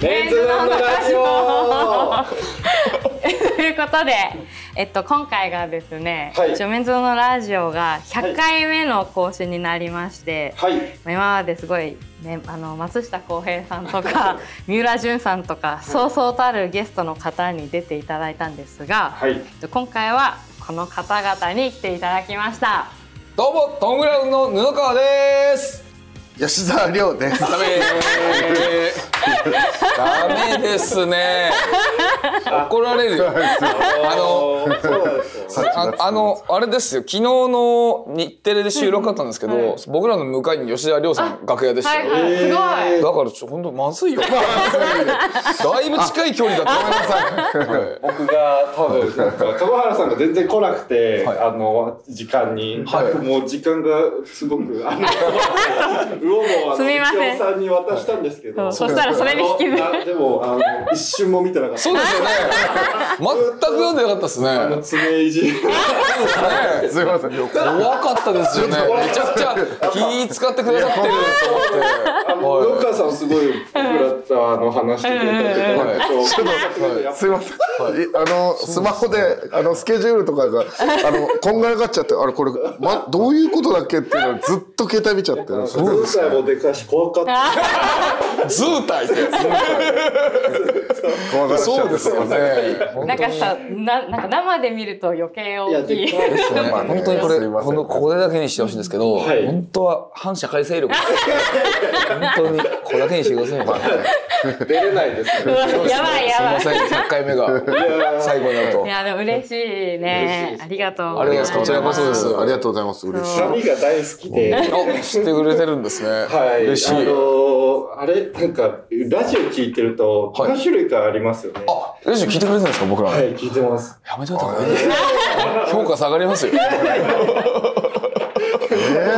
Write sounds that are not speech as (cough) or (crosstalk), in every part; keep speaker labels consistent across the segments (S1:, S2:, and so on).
S1: レンズのラジオ
S2: ということで、えっと、今回がですね、
S1: はい
S2: 一応メンズのラジオが100回目の更新になりまして、
S1: はい
S2: まあ今まですごい、ね、あの松下洸平さんとか三浦淳さんとかそうそうたるゲストの方に出ていただいたんですが、
S1: はい
S2: 今回はこの方々に来ていただきました。
S3: どうもトムグラウンの布川です。
S4: 吉沢亮です。
S3: ダメ。ダメですね。怒られるよ。あの。
S1: そうですよ
S3: ああのあれですよ昨日の日テレで収録あったんですけど、僕らの向かいに吉田亮さん楽屋でした
S2: はい
S3: よ、
S2: はい、すごい。
S3: だからちょ本当まずいよだいぶ近い距離だったごめんなさい、はい
S1: 僕が多分友原さんが全然来なくて、
S3: はい
S1: あの時間に、
S3: はい
S1: もう時間がすごくあの魚もあ
S2: す
S1: の
S2: みません
S1: 一郎さんに渡したんですけど、
S2: そうそしたらそれに引きずる
S1: あのあでもあの一瞬も見てなかった
S3: そうですよね全く読んでなかったですね
S1: あの爪いじり
S3: ね
S4: すみません。い
S3: 怖かったですよねめちゃくちゃ気使ってくださってると思って
S1: あの
S3: はい
S1: 農家さんすごい僕らあの話してくれたけど、
S3: うんうんうん
S1: そう
S4: ちょっ
S1: やっぱり
S4: とすみません。いあのスマホであのスケジュールとかがあのこんがらがっちゃって、あれこれまどういうことだっけっていうのをずっと携帯見ちゃってるんですよ。
S1: そうですもでかいし怖かった。
S3: 図体って
S4: 怖がらっちゃって
S3: そうですよね
S2: なんかさ、ななんか生で見ると余計
S1: いや
S2: 大き
S1: で
S2: い。
S1: かいです
S3: ね
S1: ね。
S4: まあね
S3: 本当にこれ、
S4: すいません
S3: このここでだけにしてほしいんですけど、
S1: はい
S3: 本当は反社会勢力です本当にこれだけにしてくださいよ、
S1: 出れないですね。
S2: うわ (laughs) やばいやばい。
S3: すみません100回目が最後になると
S2: いやでも嬉し
S1: 嬉し
S2: い
S1: いで
S2: ね。
S1: す
S2: ありがとうご
S3: あ
S2: ざ
S3: り
S2: いま
S3: がと
S2: す。
S3: うございますこちらこそです
S4: ありがとうございます。嬉しい。
S1: 髪が大好きで。
S3: あ知ってくれてるんですね、
S1: はい、
S3: 嬉しい
S1: あのーあれなんかラジオ聞いてると
S3: はい
S1: 何種類かありますよね。は
S3: あ嬉しい聞いてくれてるんですか僕ら、
S1: い、聞いてます。
S3: やめといた方がいい評価下がりますよ
S4: え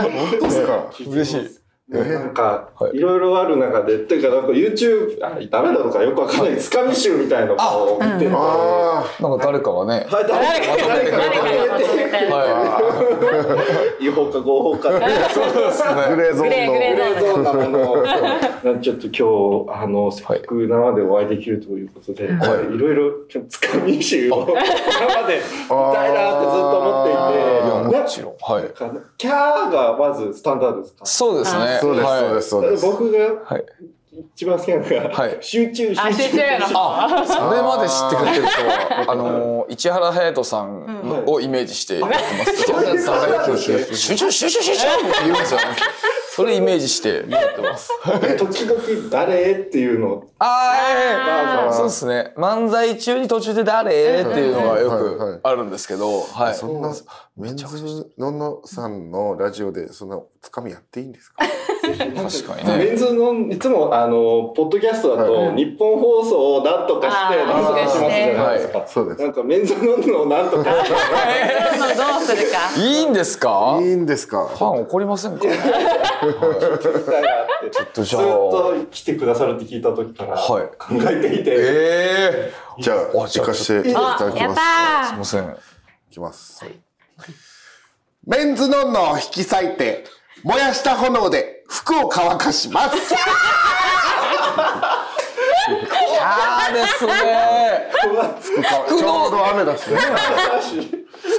S4: ー本当ですか。
S3: 嬉しい
S1: もうなんか
S3: はい
S1: ろいろある中で、っていうかなんか YouTube あダメなのかよくわかんないつかみ集みたいなのを見てると。は
S4: あ
S3: なんか誰かがね、
S1: い、誰か
S3: 誰か
S2: 誰かに
S1: 誰か
S2: 教えて
S3: は
S1: 違法か合法かっていう
S3: (laughs)
S4: あ、グレーゾーンの。
S2: グレー
S1: グ
S2: グレー
S1: レーゾーンなものをなんかちょっと今日あのせっかく生でお会いできるということで、い、ろいろちょっとつかみ集を生で見たいなってずっと思っていて
S3: い、
S1: な
S3: もちろんはい
S1: かなキャーがまずスタンダードですか
S3: そうですね
S4: そうですそうですそうです。
S1: 僕が
S3: はい
S1: 一番好きなのが、
S3: はい
S1: 集中集中
S2: あ集中やろ
S3: あ、それまで知ってくれてるとは、あのー市原隼人さんをイメージしてやってます。
S1: うんはい
S3: そうなんですよ集中集中集中って言うんですよね。それイメージしてやってます。
S1: 時々誰っていうの
S3: あ
S1: あー
S3: あ、そうですね。漫才中に途中で誰っていうのがよ
S4: はいは
S3: く
S4: い
S3: あるんですけど、はい。
S4: そんなメンズののさんのラジオでそんなつかみやっていいんですか。
S3: 確かにね。
S1: メンズのいつもあのポッドキャストだと、
S2: い
S1: 日本放送をなんとかして
S2: あー
S1: なんとかしますじゃないですか、
S4: そうです
S1: なんかメンズののをなんとか
S2: どうするか。
S3: いいんですか
S4: いい？んですか。
S3: ファン怒りませんか？
S1: みたいなってずっ
S3: とじゃあ
S1: と来てくださるって聞いた時から考
S3: はい
S1: えていて、
S3: ええ
S4: じゃあ行かせていただき
S2: やっ
S3: ー。すい
S4: ます。
S2: たー。
S3: ません。
S4: いきます。メンズノンノを引き裂いて、燃やした炎で服を乾かします。
S3: ああですね。服
S4: ちょう
S3: の
S4: ど雨だしね。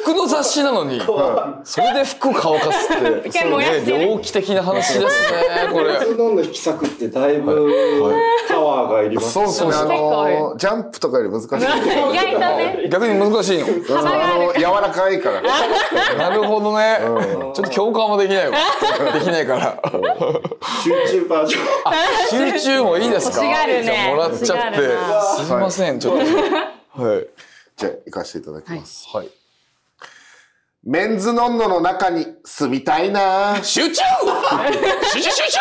S3: 服の雑誌なのに、それで服乾かすって、
S2: 一回燃やしてね
S3: そうね猟奇的な話ですね、これ
S1: メ。ンズのの引き裂くってだいぶパワーがいります
S4: そうですね。
S2: 結
S4: あの、ジャンプとかより難しい。
S2: 意外とね。
S3: 逆に難しいの。
S4: あの、柔らかいからね。
S3: なるほどね。ちょっと共感もできないわ。できないから。
S1: 集中バージョン
S3: 集中もいいですか。
S2: 欲しがるね
S3: じゃあもらっちゃって。
S2: 欲しがるな
S3: すいません、ちょっと。はい。
S4: じゃあ行かせていただきます。
S3: はい。
S4: メンズノンノの中に住みたいな
S3: 集中。集中集中。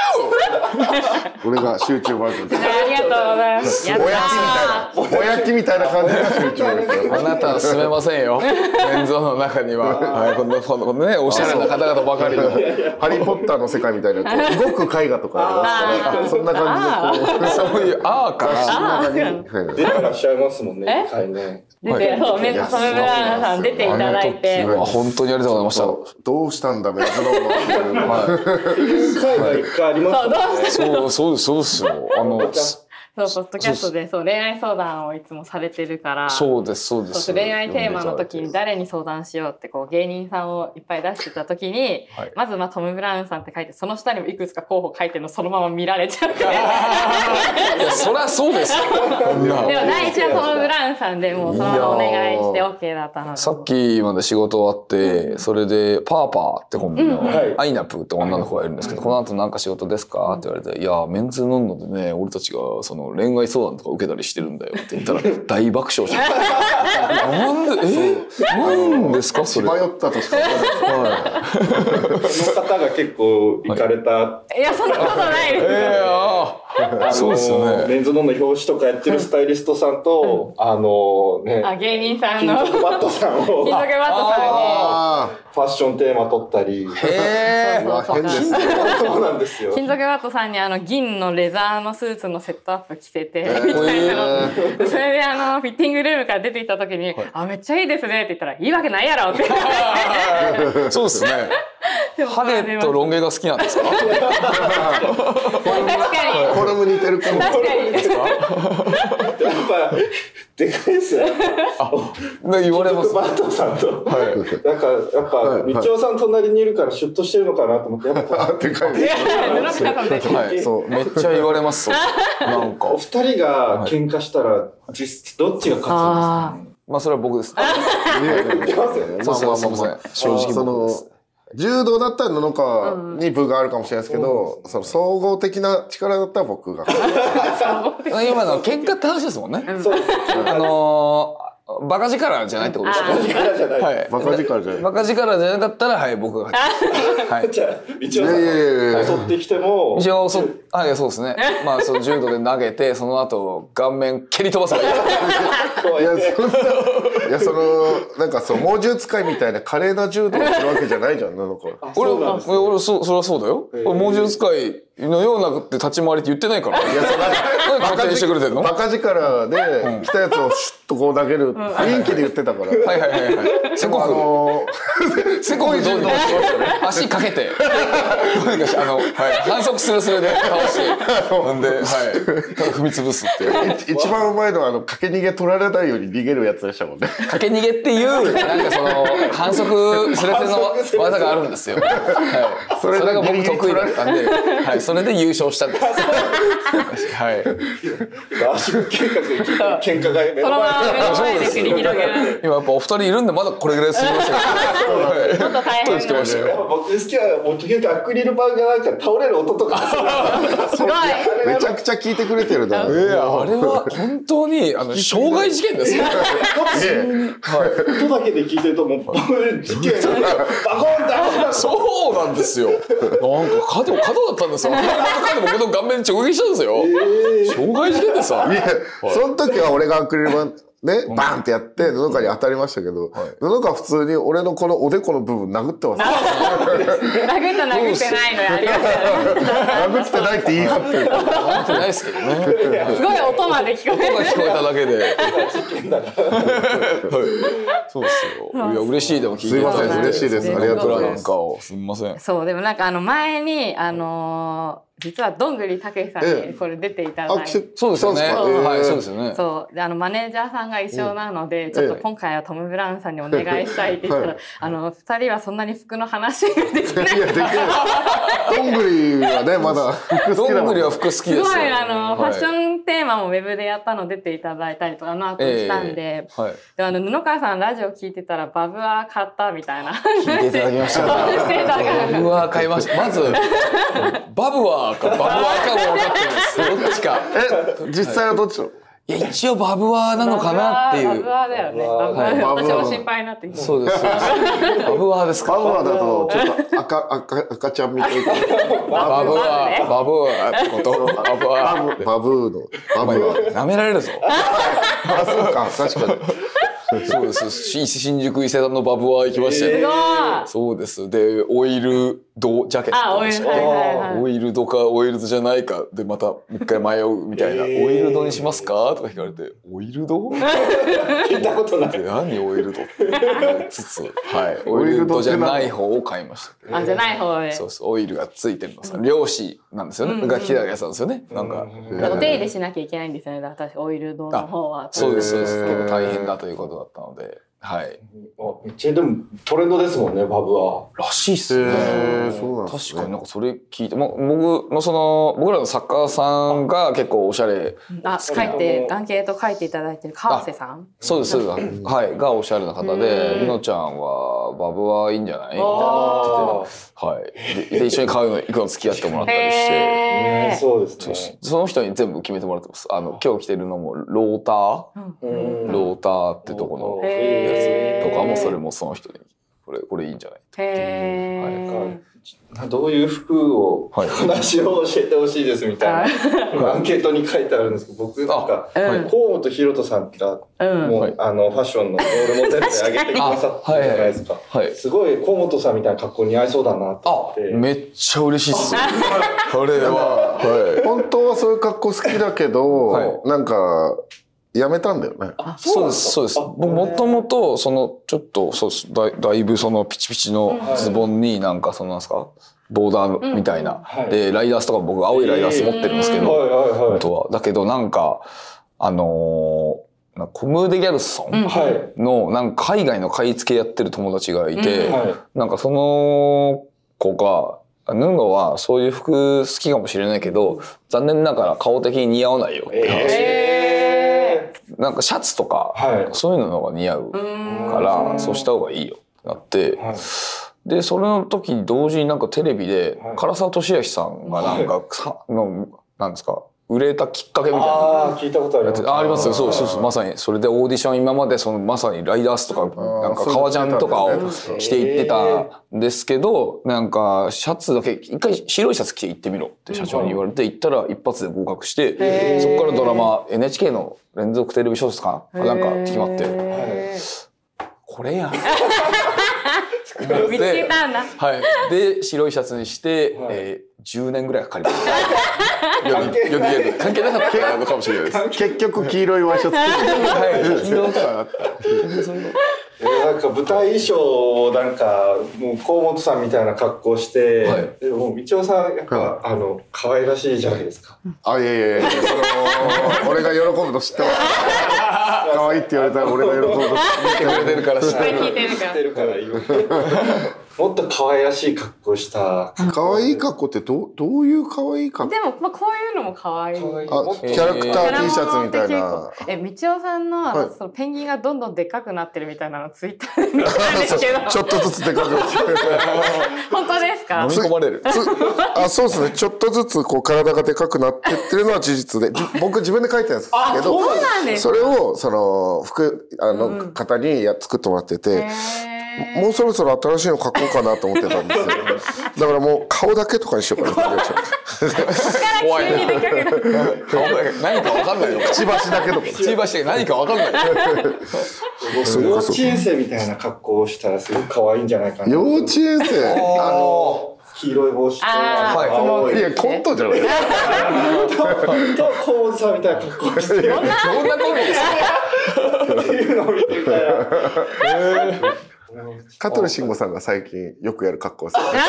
S4: 俺が集中バージョンで
S2: ありがとうございます。やっ
S4: ぼや
S2: た
S4: す。ぼやきみたいな感じが集中ですよ
S3: あなたは住めませんよ。メンゾの中には、はい、この、この、このね、おしゃれな方々ばかりの。
S4: (laughs) ハリーポッターの世界み
S3: (laughs)
S4: たいな、こう動く絵画とか
S2: あー、
S4: そんな感じでこう。 (laughs)
S3: そういう、ああかな。
S4: はい
S1: 出てらっしゃいますもんね一回ね
S2: ー。出て、そう、メンズサムブラウンさん出ていただいて。
S3: あ本当にありがとうございまし
S4: どうしたんだメンズノンノっていう
S3: た。はい
S1: 一回が一回ありま
S2: そ
S1: す
S2: う、どうし
S3: そう、そうです、そうですよ。あの、す
S2: そうポッドキャストでそう恋愛相談をいつもされてるから
S3: そうですそうで
S2: そうそ
S3: す
S2: う恋愛テーマの時に誰に相談しようってこう芸人さんをいっぱい出してた時に、
S3: はい
S2: まずまあトム・ブラウンさんって書いてその下にもいくつか候補書いてるのそのまま見られちゃうから
S3: いやそりゃそうですよこん
S2: で
S3: な
S2: も第一はトム・ブラウンさんでもうそのままお願いして OK だったので
S3: さっきまで仕事終わって、それで、パーパーって本名
S2: うん
S1: うんはい
S3: の、アイナプーって女の子がいるんですけど、この後なんか仕事ですかって言われて、いや、メンツ飲んだでね、俺たちがその恋愛相談とか受けたりしてるんだよって言ったら、 (laughs) 大爆笑して。 (laughs) なんで、えなんですかそれ。
S4: 迷
S3: はい
S4: ったとしか思わない
S1: の方が結構行かれた、
S2: いやそんなことないです
S3: い (laughs) やーそうです
S1: あ
S3: よ
S1: の
S3: ね。
S1: メンズノンの表紙とかやってるスタイリストさんと、あの
S2: あ
S1: ね、
S2: 芸人さん
S1: 金
S2: の金
S1: 属バットさんを
S2: (laughs) 属
S1: フ
S2: バットさ
S4: あ
S1: ァッションテーマ取ったり、
S3: へ
S2: んに
S4: ーう
S2: そう (laughs)
S4: わ
S2: そう
S4: 変
S2: と
S4: で
S2: か
S3: (laughs)
S4: すね
S1: そうなんですよ。
S2: 金属バットさんにあの銀のレザーのスーツのセットアップ着せてみ
S3: ー
S2: たいなの
S4: えー
S2: それであのフィッティングルームから出てきた時に「あめっちゃいいですね」って言ったら「いいわけないやろ」って
S3: ー (laughs) そうですね。ハゲとロン毛が好きなんですか
S2: 確か
S4: フォルム似てるかも
S2: に確かに
S1: やっぱでかいですよ。
S3: ね言われます。
S1: バットさんと。
S3: はい
S1: なんかやっ
S4: は
S1: ぱ
S4: いはい
S1: みちおさん隣にいるからシュッとしてるのかなと思ってやっぱ
S4: あでかい
S2: 布塚さんで
S3: (laughs) はい、
S4: そう
S3: めっちゃ言われます。そうなんか
S1: お。二人が喧嘩したら実どっちが勝
S3: まあそれは僕です。 (laughs)
S4: いやいやいやまあ
S3: そうそう
S4: まあまあまあ
S3: すいません正直僕で
S4: その
S3: す
S4: 柔道だったら野々川に部があるかもしれないですけど、その総合的な力だったら僕が。
S3: 今の喧嘩って話ですもんね。
S1: つなんですかね。そうです。
S3: あのー、バカ力じゃないってことですよね。
S1: 力じゃない。
S3: はい。
S4: バカ力じゃない
S3: バカ力じゃなかったら、はい、僕が勝ち。はい。
S1: じゃあみちお
S4: い
S1: さ
S4: やいや
S1: ん
S4: いやいや。
S1: 襲ってきても
S3: 一応、そ、はい、そうですね。まあ、その柔道で投げて、その後、顔面蹴り飛
S1: (laughs)
S3: ばされる。
S1: こう
S4: い
S1: や
S4: や
S1: って
S4: そん (laughs) ないやそのなんかそう猛獣使いみたいな華麗な柔道をするわけじゃないじゃん野々川。
S1: あ
S3: 俺、
S1: そうなん
S3: 俺、
S1: です。
S3: 俺、そう、それはそうだよ。
S1: へー
S3: 俺、猛獣使いのようなって立ち回りって言ってないから。
S4: いやその
S3: なんで勝手にしてくれてんのは
S4: バカ力で来たやつをシュッとこう投げる雰囲気で言ってたから。
S3: いはいはいはい。せ
S4: で
S3: こ
S4: もあ
S3: く。
S4: の
S3: せこいどうにかして足かけて、どうにかして、あの、はい、反則するそれで倒して、 (laughs) ほんで、はい、踏み潰すっていう。
S4: ーい一番うまいのはあの駆け逃げ取られないように逃げるやつでした (laughs) もんね。
S3: かけ逃げっていう、なんかその、反則すれすれの技があるんですよ。はい、
S4: そ
S3: そ
S4: れ
S3: れ
S4: が
S3: が
S4: ギリ
S3: 僕
S4: ギ
S3: 得
S4: リ
S3: 意だったんで、はい、それで優勝したんです。はい。
S1: 合宿計画で喧嘩が目
S2: そ
S1: の
S2: のま
S1: 前
S2: ま
S1: で
S2: 目の前で繰り広げる
S3: 今やっぱお二人いるんで、まだこれぐらいすみま (laughs) せん。はい
S2: もっと大変なす
S1: やっぱ僕好きはもう結局アクリル板がなんか倒れる音とかする
S2: ごい
S4: めちゃくちゃ聞いてくれてる
S3: い
S4: な。
S3: や、あれは本当に、あの、傷害事件ですよ。
S1: 音だけで聞いてるともうバコン事件バコンダコン
S3: そうなんですよ。なんか角、角だったんですよ。角僕の顔面に直撃したんですよ。障害事件でさ。
S4: いや、その時は俺がアクリル板ね、バーンってやって、布川に当たりましたけど、布川普通に俺のこのおでこの部分殴ってます。
S2: 殴った殴ってないのやりま
S4: 殴ってないって言い張ってる。
S3: 思ってないですけどね。
S2: すごい音まで聞こえ
S3: 音が
S2: る
S3: 聞こえただけで。
S1: だから
S3: はい。そうですよ。いや、嬉しいでも聞いて
S4: すいませ
S3: た
S4: ん
S3: だて
S4: 嬉しいです
S2: ありがとうございます
S3: 僕らなんかを、すみません。
S2: そうでもなんかあの前にあのー実はどんぐりたけしさん
S4: ええ
S2: にこれ出ていた
S4: あ
S2: だいて
S4: き
S3: そうですよね。
S4: そうですか
S3: は
S4: え
S3: い、
S4: ー
S3: そうですよね。
S2: そうであのマネージャーさんが一緒なので、ちょっと今回はトム・ブラウンさんにお願いしたいって言ったら、
S4: はい
S2: あの2人はそんなに服の話ができない
S4: いや、できない。どんぐりはね、まだ服好き
S3: ど
S4: だ
S3: ん
S4: も
S3: ぐ
S4: ん
S3: り
S4: ね。
S3: は服好きです
S2: す
S3: よ。
S2: ごいあの、ファッシ
S3: ン
S2: ョンテーマもウェブでやったの出ていただいたりとかの後したんで、
S3: はい。
S2: であの布川さんラジオ聞いてたらバブアー買ったみたいな
S3: (laughs) 聞いていただきました。
S2: 話してたから
S3: バブワー買いました。まず、バブワーかバブワーかも分かってないです。どっちか。
S4: え、実際はどっちの
S3: いや、一応バブワーなのかなって
S2: バ
S3: い
S2: ブ
S3: う。
S2: アーだよねバブアー私も心配になってきて
S3: そうです、そうです。バブワーです
S4: バ
S3: か
S4: ブアーだと、ちょっと赤、赤、赤ちゃんみたいな。
S3: バブワー、バブワーってことバブワ
S4: バ
S3: ー。
S4: ブ、バブーの。バブアー。
S3: 舐められるぞ。
S4: あ、そうか、確かに。
S3: そうですし新宿伊勢丹のバブは行きました
S2: す
S3: よ、
S2: ごい
S1: えー
S3: そうですでオイルドジャケッ
S2: あ
S3: ト
S2: オイ
S3: で
S2: ル
S3: し
S2: ド
S3: た
S2: はいはい
S3: オ
S2: はい
S3: イルドかオイルドじゃないかでまたもう一回迷うみたいな「
S1: えー
S3: オイルドにしますか?」とか聞かれて「オイルド?」
S1: 聞いたことない。
S3: 何オイルドって思いつつ、はい、オイルドじゃない方を買いました。
S2: あじゃない方で
S3: そうそうオイルがついてるのさ漁師なんですよね、
S2: うんうん
S3: が来てたやつなんですよねなんか、
S1: うん
S2: お手入れしなきゃいけないんですよねだから私オイル丼の方は
S3: そうですそうです
S4: へー
S3: 結構大変だということだったのではい
S1: あめっちゃでもトレンドですもんねバブは。
S3: らしいっ
S4: へ
S3: す
S4: ーそうなんです
S3: 確
S4: ね
S3: かになんかそれ聞いて、ま、僕のその僕らの作家さんが結構おしゃれ
S2: あ書いてアンケート書いていただいてる川瀬さん
S3: そうですそうですはいがおしゃれな方で
S2: うん
S3: りのちゃんはバブはいいんじゃないみたいな
S2: お
S3: こと言っててはいでで一緒に買うの行くの付き合ってもらったりし
S2: へ
S3: て。
S1: ね
S2: ー
S1: そうです
S3: そ
S1: ね。
S3: うですその人に全部決めてもらってます。あの、今日着てるのも、ローター
S1: うん
S3: ローターってとこの
S2: へー
S3: とかも、それもその人に、これ、これいいんじゃない
S2: へ
S1: は
S2: ー
S1: いどういう服を
S3: はい
S1: 話を教えてほしいですみたいなアンケートに書いてあるんですけど僕なんか
S2: あうん
S1: 河本ひろとさんが
S2: うん
S1: も
S3: はいう
S1: あのファッションのロールモデルで上げてくださったじゃないですか。
S3: はい。
S1: すごい河本さんみたいな格好似合いそうだなと思
S3: あ
S1: って、。
S3: めっちゃ嬉しいっす。これは、はい。
S4: 本当はそういう格好好きだけど、
S3: はい
S4: なんかやめたんだよね。
S1: あ
S3: そうです、そうです。
S1: あ
S3: 僕、もともと、その、ちょっと、そうです。だいだいぶ、その、ピチピチのズボンに、なんか、その、なんすか、ボーダーみたいな。
S1: はい
S3: で、ライダースとか僕、青いライダース持ってるんですけ
S1: はい
S3: ど、
S1: はいは
S3: 本
S1: い。
S3: 当は。だけど、なんか、あのーなコムーデ・ギャルソン
S1: はい。
S3: の、なんか海外の買い付けやってる友達がいて、
S2: うん
S1: は
S3: なんかその子が、あヌンゴはそういう服好きかもしれないけど、残念ながら顔的に似合わないよっ
S1: い。
S3: て話
S2: え
S3: なんかシャツとか、
S1: はい。
S3: そういうのの方が似合う
S2: う
S3: か
S2: ん
S1: う
S3: ら、
S1: ん
S3: そうした方がいいよってなって、
S1: はい
S3: で、それの時に同時になんかテレビで
S1: はい、
S3: 唐沢俊明さんがなんか、さの、なんですか、売れたきっかけみたいな。
S1: ああ、聞いたことありま
S3: やって
S1: す。
S3: あありますよそうそう
S1: う。
S3: そうまさにそれでオーディション今までそのまさにライダースとかなんか革ジャンとか
S4: そういう
S3: を
S4: の着てたんだよね
S3: 着ていってたんですけどなんかシャツだけ一回白いシャツ着て行ってみろって社長に言われて行ったら一発で合格して
S2: へー
S3: そこからドラマ NHK の連続テレビ小説かななんか決まっ
S2: へ
S3: て
S2: ー
S3: これやん
S2: 見つけたんだ
S3: はいで白いシャツにして
S1: はい
S3: えー10年ぐらいかかりましたよぎよぎやる関係なかったのかもしれないです
S4: 結局黄色いワイシャツ着てる。
S3: はい黄色とか
S1: えーなんか舞台衣装をなんかもう河本さんみたいな格好して、
S3: はい
S1: でも道夫さんやっぱ、
S4: は
S1: あの可愛らしいじゃないですか。
S4: あいやいやいや。そ (laughs) の俺が喜ぶの知ってます。可愛いって言われたら俺が喜ぶの知ってま
S3: 出てるから知ってる
S2: 聞いてるか
S1: 知
S2: ら
S1: ってるから今 (laughs) もっと可愛らしい格好した。
S4: す。可愛い格好ってどうどういう可愛い格好？
S2: でも、まあ、こういうのも可愛い
S1: 可愛い
S4: あ
S1: もっと
S4: キャラクタ
S2: キ
S4: ー
S2: ャラ
S4: T シャツみたい
S2: もの
S4: な
S2: って。結構え、みちおさんの,、
S4: はい
S2: そのペンギンがどんどんでっかくなってるみたいなのツイッターで見たんですけ
S3: (laughs)
S2: ど
S4: ちょっとずつでかくなってる。
S2: 本当ですか
S3: 飲み込まれる
S4: (laughs) つあそうですねちょっとずつこう体がでかくなってってるのは事実でじ僕自分で書いてるんですけど
S2: そうなんです
S4: それをその服あの、
S2: うん
S4: 方にや作ってもらってて、
S2: へー
S4: もうそろそろ新しいの書こうかなと思ってたんです (laughs) よだからもう顔だけとかにしようかな
S3: 怖い
S2: 急に
S3: な
S2: でっかくなって
S3: 顔が何か分かんないよ
S4: くちばしだけとか
S3: くちばしが何か分かんないよ
S1: 幼稚園生みたいな格好をしたらすごく可愛いんじゃないかな。
S4: 幼稚園 (laughs) 生
S1: あの黄色い帽子と
S2: あ
S3: ー
S1: 青い
S4: いやコントじゃない
S1: と河本さんみたいな格好をしてる
S3: どんなコンビですか
S1: っていうのを見てみたいな。
S4: (laughs) 香取慎吾さんが最近よくやる格好ですね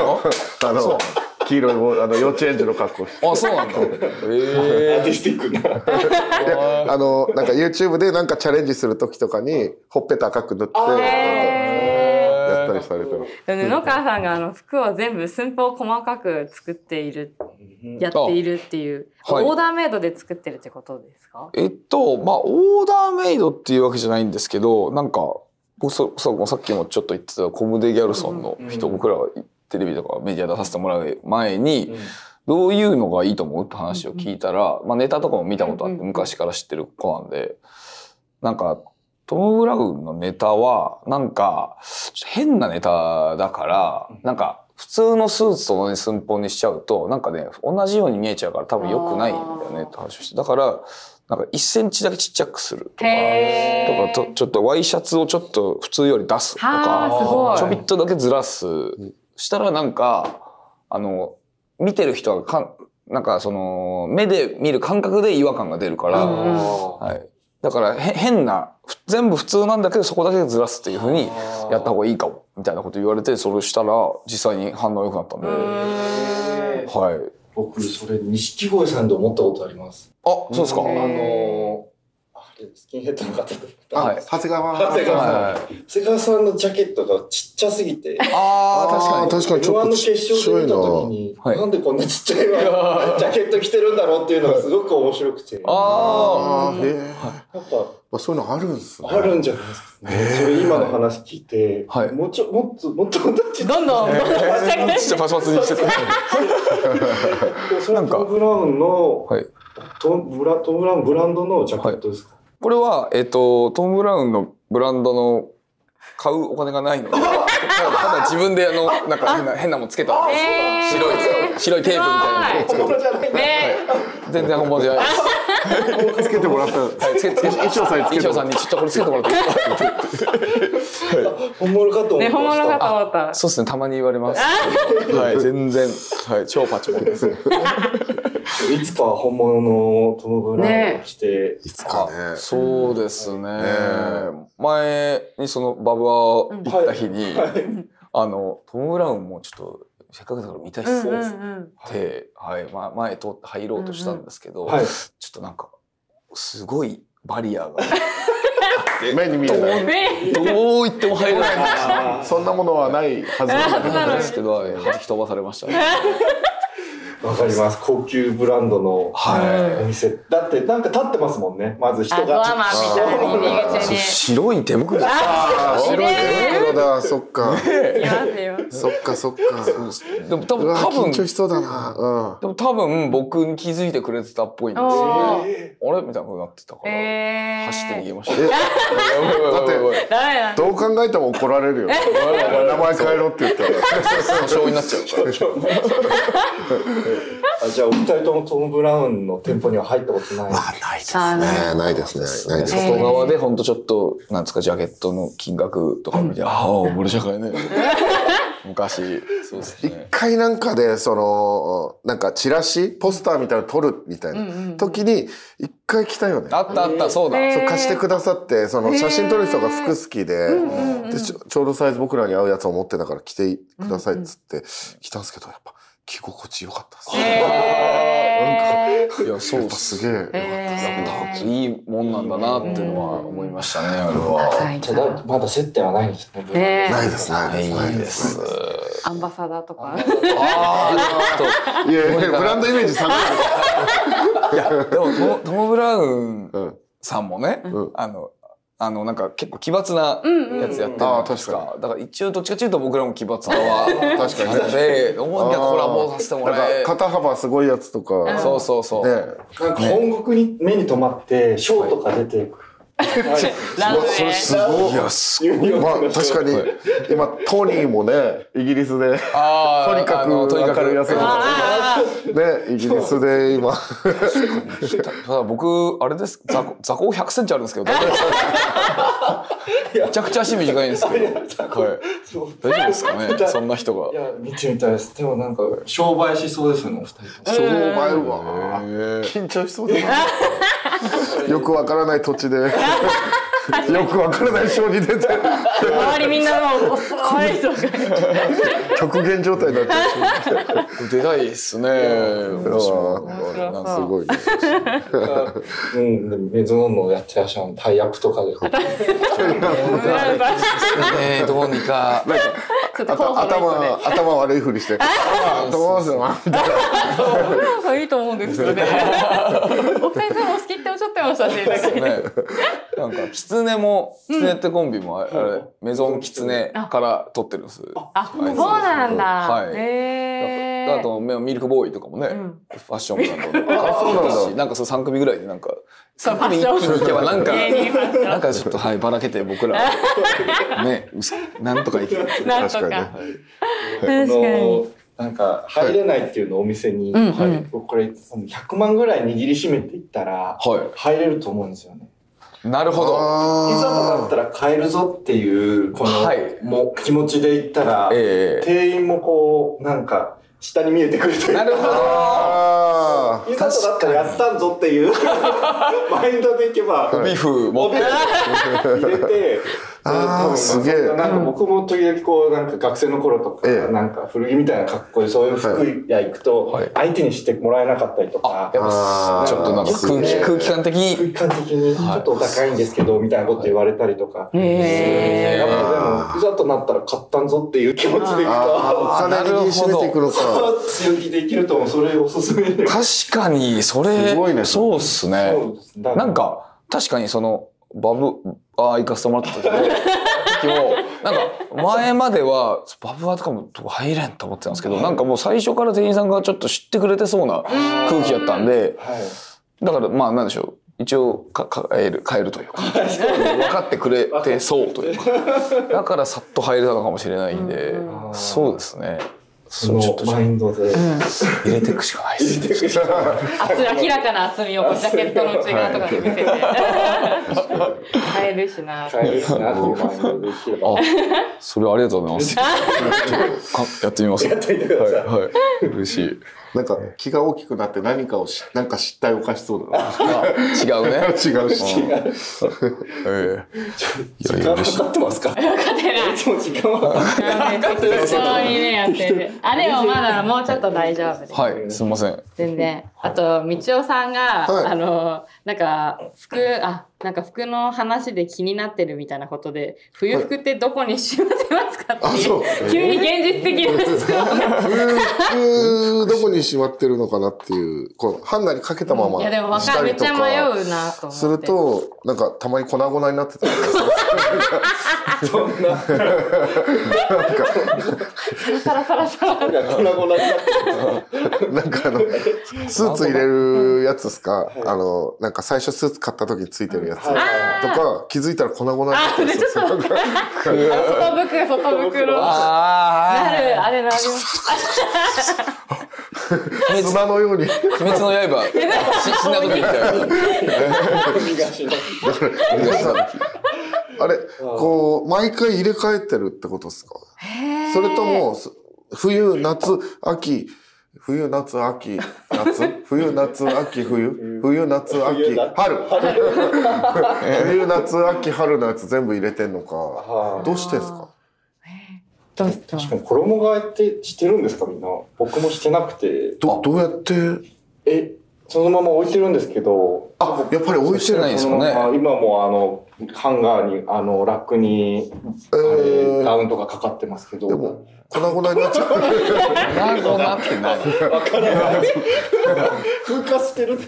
S4: (laughs) あの黄色いもあの幼稚園児の格好して
S3: あそうなんだ
S1: ア
S3: え
S1: ーティスティックな。
S4: (laughs) あのなんか YouTube でなんかチャレンジする時とかにほっぺた赤く塗って
S2: へー
S4: やったりされてる
S2: 布川さんがあの服を全部寸法を細かく作っているやっているっていう、
S3: あはい
S2: オーダーメイドで作ってるってことですか
S3: えっとまあオーダーメイドっていうわけじゃないんですけどなんか僕そそうさっきもちょっと言ってたコムデ・ギャルソンの人、
S1: うん
S3: 僕らがテレビとかメディア出させてもらう前に、どういうのがいいと思うって話を聞いたら、まあ、ネタとかも見たことあっ
S2: うん
S3: て
S2: うん
S3: 昔から知ってる子なんでなんかトム・ブラウンのネタはなんかちょっと変なネタだからなんか普通のスーツと同じ寸法にしちゃうとなんかね同じように見えちゃうから多分良くないんだよねって話をしてだからなんか1センチだけちっちゃくするとか
S2: へー
S3: とかとちょっとワイシャツをちょっと普通より出すと
S2: はーすご
S3: か
S2: い
S3: ちょびっとだけずらすしたらなんかあの見てる人はかんなんかその目で見る感覚で違和感が出るから、
S2: うんうん
S3: はい、だからへ変なふ全部普通なんだけどそこだけずらすっていうふうにやった方がいいかもみたいなこと言われてそれをしたら実際に反応良くなったんで、
S1: へー
S3: はい
S1: 僕それ錦鯉さんで思ったことあります。
S3: あそうですか、
S1: あ
S2: へー
S1: のあれスキンヘッドの方だったん
S3: は
S1: で
S3: い
S1: す。
S4: 長谷川
S1: 長谷川
S3: はい
S1: さん、長谷川さんのジャケットがちっちゃすぎて。
S3: あー確か
S4: あ
S3: に
S4: 確かにちょ
S1: M1
S4: っと
S1: の
S4: ち
S1: 決
S4: っち
S1: 勝
S4: ゃ
S1: で
S4: い
S1: 見
S4: な
S1: た時に、
S3: はい
S1: なんでこんなちっちゃいのジャケット着てるんだろうっていうのがすごく面白くて、
S3: あ
S4: あーへえ
S1: なんか
S4: まあそういうのあるんですね
S1: あるんじゃないですか、ね。それ今の話聞いて、
S3: はい
S1: もうちょもっともっともっとちっちゃい
S2: どんどん、 (laughs) どんどん持ち上げ
S3: あ
S2: て
S3: ちょっとパスパスにして
S1: それはトム・ブラウンの
S3: はい
S1: トムブラトム・ブラウンブランドのジャケットですか、
S3: これはえっ、とトム・ブラウンのブランドの買うお金が (laughs) ないのでただ自分であのなんか変な変なもんつけたんです
S2: えー
S3: 白い白いテープみたいなのを
S1: 本物じゃないんだ、
S2: ね
S3: 全然本物じゃないです
S4: つけてもらった
S3: はいつけつけ衣
S4: 衣装さんにつけて
S3: 装さんにちょっとこれつけてもらっていい (laughs) ですか
S1: 本物かと思
S2: ね
S1: いました
S2: 本物かと思った
S3: そうですね、たまに言われます。はい、全然、はい、超パチモンです。
S1: いつかは本物のトム・ブラウンをして、
S4: いつかね
S3: そうですね。
S4: ね
S3: 前にそのバブアー行った日に、あのトムブラウンもちょっとせっかくだから見たいっす
S2: うんうん
S3: っ
S2: うん
S3: て、はい、ま前通って入ろうとしたんですけど、
S1: はい
S3: ちょっとなんかすごいバリアが
S4: 目に見えない
S2: ね
S3: (laughs) どう行っても入らない。
S1: あ
S4: (laughs) そんなものはないはずなんだけど
S3: なん
S4: ね
S3: ですけ (laughs) ど、はい、弾き飛ばされましたね。
S1: ーわかります高級ブランドの
S3: はい。
S1: お店だってなんか立ってますもんねまず人
S2: あ
S1: が
S2: ドアマンみたいに入り口に
S3: 白い手袋。
S4: あー白い手袋だそっか
S2: いますよ
S4: そっかそっ (laughs) か
S3: でも多
S4: う
S3: 分
S4: わ
S3: 多分
S4: 緊張しそうだな
S3: でも多分僕に気づいてくれてたっぽいんです
S2: お
S3: よ
S2: ー
S3: ね。あれみたいなことになってたから、
S2: えー
S3: 走って逃げまし
S4: う
S3: た。
S4: んえ
S3: だ
S4: って
S2: ダメだ
S4: どう考えても怒られるよ名前変えろって言ったら
S3: 訴訟になっちゃうから。
S1: あじゃあお二人ともトム・ブラウンの店舗には入ったことない
S4: ないです
S2: ね
S4: ねないですねないですね
S3: 外側でほんとちょっと、なんですか、ジャケットの金額とか見て、ああ、俺社 (laughs) 会ね。昔、そうです
S4: 一
S3: (laughs) ね。
S4: 回なんかでそのなんかチラシポスターみたいなの撮るみたい
S2: うんうんう
S4: なん時に一回来たよね
S3: あったあった、そうだ。
S2: え
S4: そう貸してくださってその写真撮る人が服好きで,、でちょちょうどサイズ僕らに合うやつを持ってたから着てくださいっつって来たんですけどやっぱ着心地良かったですね。
S2: え
S3: いや、そう
S4: やっ
S3: っ
S4: ぱす
S3: す。
S4: げえ。
S2: え
S3: いいもんなんだなっていうのは思いましたね、あれは。
S2: ー
S1: じゃあまだ接点はないんですね、
S2: ね
S4: ないですないですない
S3: いい
S4: で
S3: ですす。
S2: アンバサダーとか
S3: ああ、ちょっと。
S4: いやいやブランドイメージ下がる
S3: でもトムトム・ブラウン
S4: うん
S3: さんもね、
S4: うん
S3: あのあのなんか結構奇抜なやつやってるじゃないです
S4: うんうんうんあー
S3: か,、
S4: 確
S3: だから一応どっちかというと僕らも奇抜なは
S4: 確かに
S3: なの
S4: (laughs)
S3: で主にはコラボさせてもら
S4: なん
S3: え
S4: か肩幅すごいやつとか
S3: そうそうそう、
S4: ね
S1: なんか本国に目に留まってショーとか出ていく、はい
S2: ランウェイ
S4: それすご
S1: (laughs)
S4: いいやすごいまあ確かに今トニーもねイギリスで
S3: あー
S4: とにか
S3: あの
S4: く
S3: とにかく
S4: 明るいやつ
S2: あ
S4: ねイギリスで今
S3: たただ僕あれです座高座高100センチあるんですけど大丈夫です
S4: (laughs)
S3: かめちゃくちゃ足短いんですけど、はい、
S1: そう
S3: 大丈夫ですかねそんな人
S1: い
S3: が。
S1: や見てみたいですでもなんか商売しそうですよねお二人とも
S4: そう参るわ
S3: へー
S4: 緊張しそうだな。よくわからない土地で。よくわからない賞に出て
S2: ー周りみんなもう細いとか
S4: 極限状態になっちゃう
S3: 出たいですね。面白い
S4: 面
S2: 白そう
S3: なん
S4: す
S3: か
S4: ごい、ね、
S1: うんでもメゾノンのやってらっしゃるのタイアップとかで
S3: えーどうにか。
S2: ちょっと候
S4: 頭
S2: 補 (laughs) の一
S4: 頭悪いふりしてあ頭悪いなみたいな
S2: 個でいいと思うんですけど (laughs) ねお二人とも好きっておっしゃってました (laughs) ねだけ
S3: ね、なんか狐も狐ってコンビもあれ、あれメゾン狐から取ってるんです。
S2: あそうなんだ
S3: はい
S2: へ
S3: あとミルクボーイとかもね、
S2: ん
S3: ファッションブランド
S4: あそうなんだ
S3: しなんかそう3組ぐらいでなんか
S2: ァ
S3: 3
S2: ッ
S3: 組
S2: ション
S3: 一気に行けばなんか
S2: 芸人ファッション
S3: なんかちょっとはいばらけて僕ら (laughs) ねうすなんとか生きてる
S2: なんと
S4: 確かに
S2: か
S4: ね。
S2: 確かに。
S1: のなんか入れないっていうのをお店に、
S2: うんうん
S1: はい僕これ100万ぐらい握りしめていったら
S3: は
S1: 入れると思うんですよね。
S3: いなるほ
S1: い
S3: ど
S1: ざとな
S4: あ
S1: っ
S4: ー
S1: たら買えるぞっていうこの、
S3: はい
S1: もう気持ちでいったら、
S3: ええ
S1: 店員もこうなんか下に見えてくるというか
S3: なるほど
S4: あ
S1: いざとなったらやったんぞって
S3: (laughs)
S1: いうマインドでいけば
S3: ビー (laughs) フ持
S1: 持
S3: っ
S1: ってて入れて
S4: あー
S1: 多分
S4: すげえ
S1: なんか僕も時々こうなんか学生の頃とか、
S4: ええ
S1: なんか古着みたいな格好でそういう服屋行くと
S3: はい
S1: 相手にしてもらえなかったりとか、
S3: あやっぱ
S4: あー
S3: ちょっとなんか空気空気感的に
S1: 空間的にちょっとお高いんですけどみたいなこと言われたりとか。
S2: へ
S1: やっぱ
S4: あ
S1: でもいざとなったら買ったんぞっていう気持ちでいくと
S4: あーお金に締めてい
S1: (laughs)
S4: くのか
S1: 強気でいけるともそれおすすめです
S3: 確かにそれ
S4: すごいね
S3: そうっすね
S1: そうですだら
S3: なんか確かにそのバブアー行かせてもらった時も時もなんか前まではバブアーとかも入れんと思ってたんですけどなんかもう最初から店員さんがちょっと知ってくれてそうな空気やったんで
S1: はい
S3: だからまあなんでしょう一応かか変える変えるという (laughs) か分かってくれてそうというかだからさっと入れたのかもしれないんで
S2: うん
S1: うん
S3: そうですね
S1: そ
S3: そうちょっと
S1: のマインドで
S2: うん
S3: 入れていくしかないですね。
S2: 厚明らかな厚みをこうジャケットの内側とかに見せて買えるし (laughs) な
S1: 変えるなっていうマインドで生きれば
S3: あ、それありがとうございます。あやってみ (laughs) ます。
S1: やってみてください
S3: はい、はい、嬉しい。
S4: なんか気が大きくなって何かをしなんか失態を犯しそうだな
S3: 違うね。
S4: (laughs) 違うし
S3: ええいやいや
S1: 時間
S3: 嬉しい
S1: かかってますか
S2: 分かってない
S1: いつも時間は
S2: 適当にねやってるあでもまだもうちょっと大丈夫です
S3: はい、すみません。
S2: 全然あと道夫さんが、
S4: はい
S2: あのなんか服あなんか服の話で気になってるみたいなことで冬服ってどこにしまってますかって
S4: あ
S2: いう、
S4: そう
S2: 急に現実的な質問
S4: (laughs)
S2: が
S4: うーどこにしまってるのかなっていうこうハンガーにかけたまま
S2: いやでもわ
S4: し
S2: か
S4: た
S2: るめっ
S4: りと
S2: ちゃ
S4: か
S2: 迷うなと思って
S4: するとなんかたまに粉々になってたりとか
S1: そんな
S2: サラサラサ
S4: (laughs)
S2: ラ
S1: なんか粉々になって
S4: なんかあ (laughs) の、スーツ入れるやつですか、あの、なんか最初スーツ買った時についてるやつと
S1: はい
S4: か、気づいたら粉々になってたりする。なんか
S2: 外袋外袋
S3: あ
S2: なるあれなります
S4: (laughs) 砂のように、
S3: あ、鬼滅の刃。し死んだ時みたいな。
S1: 身がしな
S4: 皆さん (laughs) あれ、こう、毎回入れ替えてるってことですかそれとも、す冬、夏、秋、冬、夏、秋、夏、冬、夏、秋、冬、冬、夏、秋、
S1: 冬夏
S4: (laughs) 春。冬、夏、秋、春のやつ全部入れてんのか。
S1: は
S4: どうしてですか
S2: どうした
S1: い、衣替えってしてるんですかみんな僕もしてなくて
S4: ど、どうやって
S1: えそのまま置いてるんですけど
S4: あ、やっぱり置いてる
S3: ないです
S1: そ
S3: か
S1: の
S3: ね
S1: まま今もあのハンガーにあのラックにあ
S4: え
S1: れダ
S4: ー、
S1: ウンとかかかってますけど
S4: で
S1: (laughs)
S4: も粉々になっちゃう。
S3: なるほどなってない。
S1: 風化してる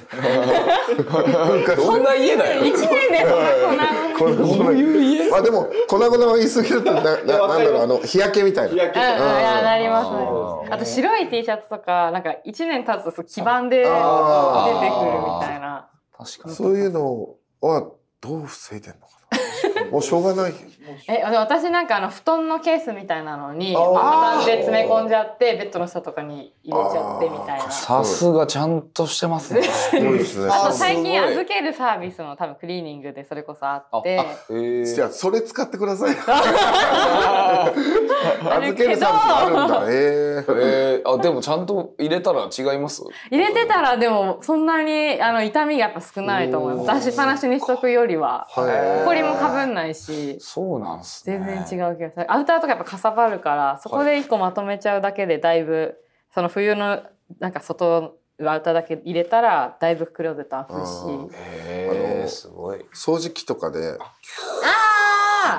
S3: どんな家だよ。
S2: 一年でそんな粉
S4: 粉々に
S3: いう家。
S4: (laughs) あでも粉々は言い過ぎるとなななんだ
S1: わかります
S4: ろうあの日焼けみたい
S1: 日
S4: な。
S1: 焼
S2: う
S1: け
S2: んうん、い
S1: とか
S2: やなります
S3: あー
S2: なりますあと白い T シャツとかなんか一年経つとそう黄ばんで出てくるみ
S4: あ
S3: ー
S2: たいな
S3: 確かに。
S4: そういうのはどう防いでんのか (laughs) な。もうしょうがない。
S2: えで私なんかあの布団のケースみたいなのに
S4: あー
S2: 畳んで詰め込んじゃってベッドの下とかに入れちゃってみたいな
S4: あー
S3: さすがちゃんとしてますね。
S4: すごいですね。
S2: あと
S3: さ
S2: 最近
S3: すごい
S2: 預けるサービスも多分クリーニングでそれこそあ
S3: あ
S2: っ、て
S3: え
S4: じ
S3: え。
S4: ゃあそれ使ってくだ (laughs) さい。預けるサービスあるんだ。ええ
S3: えー、あでもちゃんと入れたら違います
S2: 入れてたらでもそんなにあの痛みがやっぱ少ないと思います出しっぱなしにしとくよりは
S4: はい
S2: 埃もかぶんないし
S3: そうなんすね
S2: 全然違う気がするアウターとかやっぱかさばるからそこで一個まとめちゃうだけでだいぶその冬のなんか外アウターだけ入れたらだいぶクローゼット開く
S4: あー
S2: し。
S3: へ
S4: あ
S3: え
S4: の
S3: すごい
S4: 掃除機とかで
S2: あ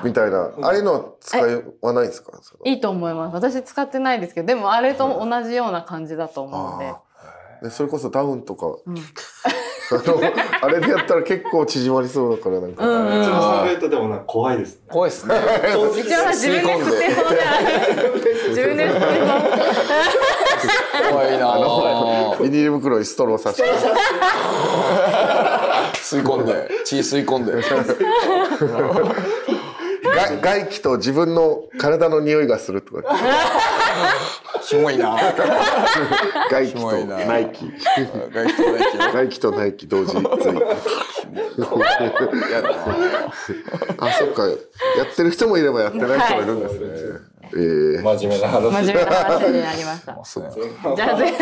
S4: みたいなああいうの使いはないですか。その
S2: いいと思います私使ってないですけどでもあれと同じような感じだと思うんで
S4: あーでそれこそダウンと
S2: ん
S4: か、 (laughs) あのあれでやったら結構縮まりそうだからなんか、
S2: うんうん
S1: 一応それとでもなんか怖いですね
S3: 怖いっすね
S1: 正直
S2: 一応自分で吸ってそうじゃない自分で吸ってそう
S3: 怖いなあ
S4: ビニール袋にストローさせて
S3: 吸い込んで血吸い込んで
S4: が外気と自分の体の匂いがすると (laughs) か
S3: キモいな
S4: 外気
S3: キモ
S4: と
S3: いな
S4: 内気
S3: 外気と内気
S4: 外気と内気
S2: (laughs)
S4: 同時に
S3: やだな
S4: あそっかやってる人もいればやってない人もいるんですね、えー
S1: 真面目な話。
S2: 真面目な話になりました
S3: あそうやな
S2: じゃあぜ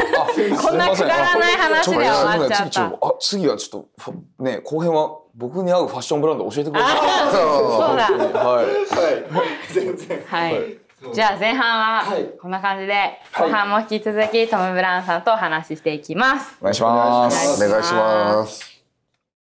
S2: こんなくだらない話では終わっちゃっ
S3: ちょ
S2: た
S3: っと次ちょっとあ次はちょっとファね後編は僕に合うファッションブランド教えてください
S2: あそうだ
S3: は
S1: は
S3: い
S1: い。全然。
S2: はい、じゃあ前半はこんな感じで、後半も引き続きトム・ブラウンさんとお話ししていきます
S3: お願いします
S4: お願いします